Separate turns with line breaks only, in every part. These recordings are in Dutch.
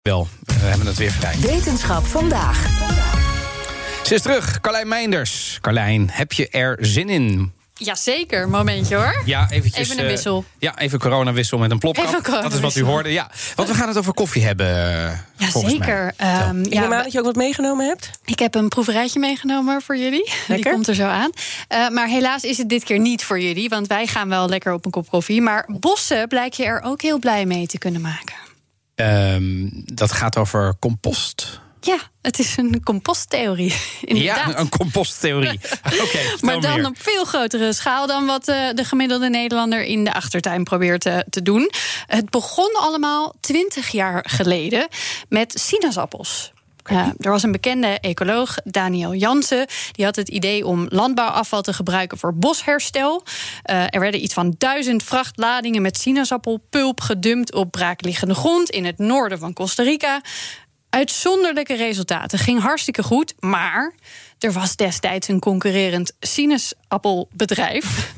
Wel, we hebben het weer vrij.
Wetenschap vandaag.
Ze is terug, Carlijn Meinders. Carlijn, heb je er zin in?
Jazeker, momentje hoor.
Ja, eventjes,
Even een
eh,
wissel.
ja, even coronawissel met een plopkap.
Even een
dat is wat u
coronawissel.
hoorde. Ja, want we gaan het over koffie hebben. eh, volgens mij.
Jazeker. Ehm
Ik neem aan
ja,
dat je ook wat meegenomen hebt.
ik heb een proeverijtje meegenomen voor jullie. Die
Lekker.
komt er zo aan. Eh, maar helaas is het dit keer niet voor jullie, want wij gaan wel lekker op een kop koffie. Maar bossen blijk je er ook heel blij mee te kunnen maken.
Ehm, dat gaat over compost.
Ja, het is een composttheorie. Inderdaad.
Ja, een composttheorie. Oké, vertel
Maar dan
meer.
op veel grotere schaal dan wat eh, de gemiddelde Nederlander in de achtertuin probeert eh, te doen. Het begon allemaal twintig jaar geleden met sinaasappels. Eh, er was een bekende ecoloog, Daniel Jansen. Die had het idee om landbouwafval te gebruiken voor bosherstel. Eh, er werden iets van duizend vrachtladingen met sinaasappelpulp gedumpt op braakliggende grond in het noorden van Costa Rica. Uitzonderlijke resultaten. Ging hartstikke goed. Maar er was destijds een concurrerend sinaasappelbedrijf.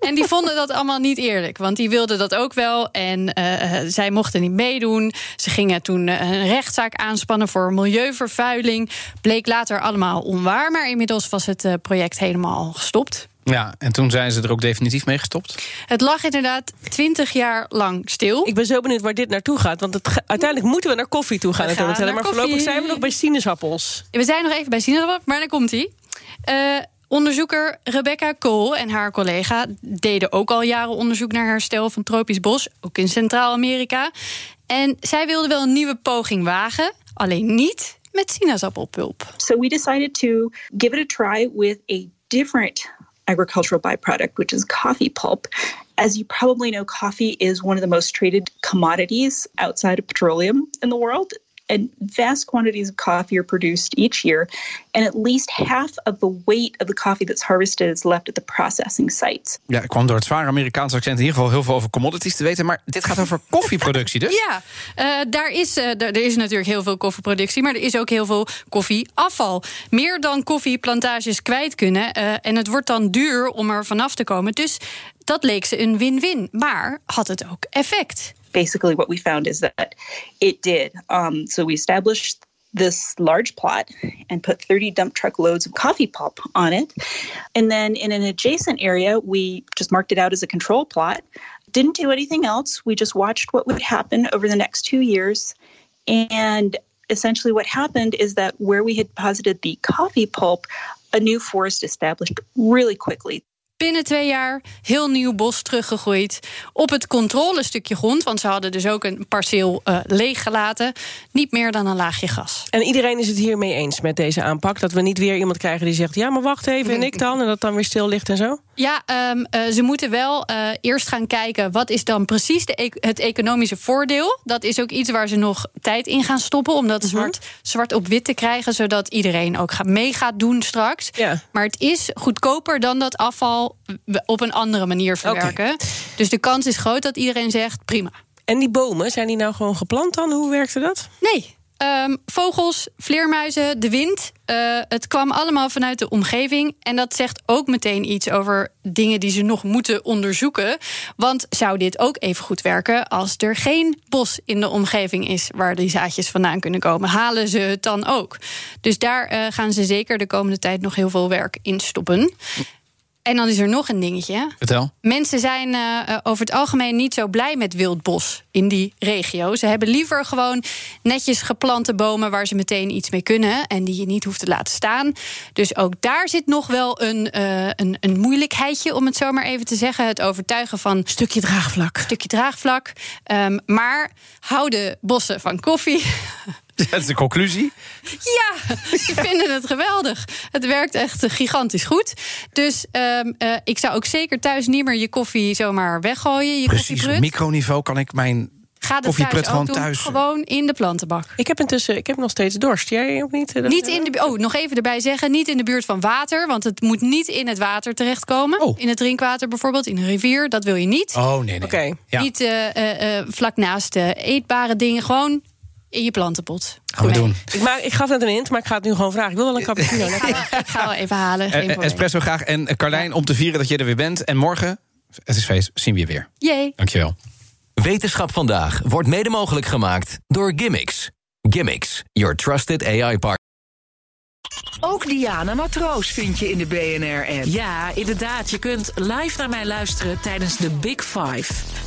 en die vonden dat allemaal niet eerlijk. Want die wilden dat ook wel. En eh, eh, zij mochten niet meedoen. Ze gingen toen eh, een rechtszaak aanspannen voor milieuvervuiling. Bleek later allemaal onwaar. Maar inmiddels was het eh, project helemaal gestopt.
Ja, en toen zijn ze er ook definitief mee gestopt.
Het lag inderdaad twintig jaar lang stil.
Ik ben zo benieuwd waar dit naartoe gaat. Want het ga- uiteindelijk moeten we naar koffie toe gaan.
We
het horen
gaan
tellen,
naar
maar voorlopig
koffie.
zijn we nog bij sinaasappels.
We zijn nog even bij sinaasappelen, maar daar komt hij. Eh, onderzoeker Rebecca Cole en haar collega deden ook al jaren onderzoek naar herstel van tropisch bos, ook in Centraal-Amerika. En zij wilden wel een nieuwe poging wagen, alleen niet met sinaasappelpulp.
So we decided to give it a try with a different agricultural byproduct, which is coffee pulp. As you probably know, coffee is one of the most traded commodities outside of petroleum in the world. And vast quantities of coffee are produced each year, and at least half of the weight of the coffee that's harvested is left at the processing sites.
Ja, ik kwam door het zware Amerikaanse accent in ieder geval heel veel over commodities te weten. Maar dit gaat over koffieproductie dus.
Ja, eh, daar is, eh, d- er is natuurlijk heel veel koffieproductie, maar er is ook heel veel koffieafval. Meer dan koffieplantages kwijt kunnen. eh, en het wordt dan duur om er vanaf te komen. Dus dat leek ze een win-win. Maar had het ook effect?
basically what we found is that it did. Um, so we established this large plot and put 30 dump truck loads of coffee pulp on it. And then in an adjacent area, we just marked it out as a control plot. Didn't do anything else. We just watched what would happen over the next two years. And essentially, what happened is that where we had deposited the coffee pulp, a new forest established really quickly.
Binnen twee jaar heel nieuw bos teruggegroeid. Op het controlestukje grond, want ze hadden dus ook een perceel eh, leeggelaten. Niet meer dan een laagje gas.
En iedereen is het hiermee eens met deze aanpak. Dat we niet weer iemand krijgen die zegt: ja, maar wacht even en ik dan. En dat dan weer stil ligt en zo.
Ja, ehm, eh, ze moeten wel eh, eerst gaan kijken wat is dan precies de e- het economische voordeel. Dat is ook iets waar ze nog tijd in gaan stoppen om dat zwart, zwart op wit te krijgen, zodat iedereen ook gaat, mee gaat doen straks.
Ja.
Maar het is goedkoper dan dat afval w- op een andere manier verwerken. Dus de kans is groot dat iedereen zegt prima.
En die bomen, zijn die nou gewoon geplant dan? Hoe werkte dat?
Nee. Ehm, vogels, vleermuizen, de wind. eh, het kwam allemaal vanuit de omgeving. En dat zegt ook meteen iets over dingen die ze nog moeten onderzoeken. Want zou dit ook even goed werken als er geen bos in de omgeving is waar die zaadjes vandaan kunnen komen? Halen ze het dan ook? Dus daar eh, gaan ze zeker de komende tijd nog heel veel werk in stoppen. En dan is er nog een dingetje.
Vertel.
Mensen zijn eh, eh, over het algemeen niet zo blij met wild bos in die regio. Ze hebben liever gewoon netjes geplante bomen waar ze meteen iets mee kunnen en die je niet hoeft te laten staan. Dus ook daar zit nog wel een, eh, een, een moeilijkheidje, om het zo maar even te zeggen. Het overtuigen van een
Stukje draagvlak.
stukje draagvlak. Ehm, maar houden bossen van koffie.
Dat is de conclusie.
Ja, ze vinden het geweldig. Het werkt echt eh, gigantisch goed. Dus ehm, eh, ik zou ook zeker thuis niet meer je koffie zomaar weggooien. Je
Precies, op
koffieprut.
microniveau kan ik mijn
Ga dat
Koffiepret
thuis ook
gewoon
doen.
thuis.
Gewoon in de plantenbak.
Ik heb intussen, ik heb nog steeds dorst. Jij ook niet? eh, dat-
Niet in de, bu- oh, nog even erbij zeggen, niet in de buurt van water. Want het moet niet in het water terechtkomen.
Oh.
In het drinkwater bijvoorbeeld, in een rivier. Dat wil je niet.
Oh, nee, nee.
Oké.
Ja,
Niet eh, eh, eh, vlak naast de eetbare dingen. Gewoon in je plantenpot.
gaan we
Nee.
doen.
Ik, maak, ik gaf net een hint, maar ik ga het nu gewoon vragen. Ik wil wel een cappuccino.
Ik ga, wel- ik ga wel even halen. Geen
Eh, eh,
probleem.
espresso graag. En eh, Carlijn, om te vieren dat je er weer bent. En morgen, het is feest, zien we je weer.
Jee.
Dankjewel.
Wetenschap vandaag wordt mede mogelijk gemaakt door Gimmicks. Gimmicks, your trusted AI partner.
Ook Diana Matroos vind je in de BNR-app. Ja, inderdaad. Je kunt live naar mij luisteren tijdens de Big Five.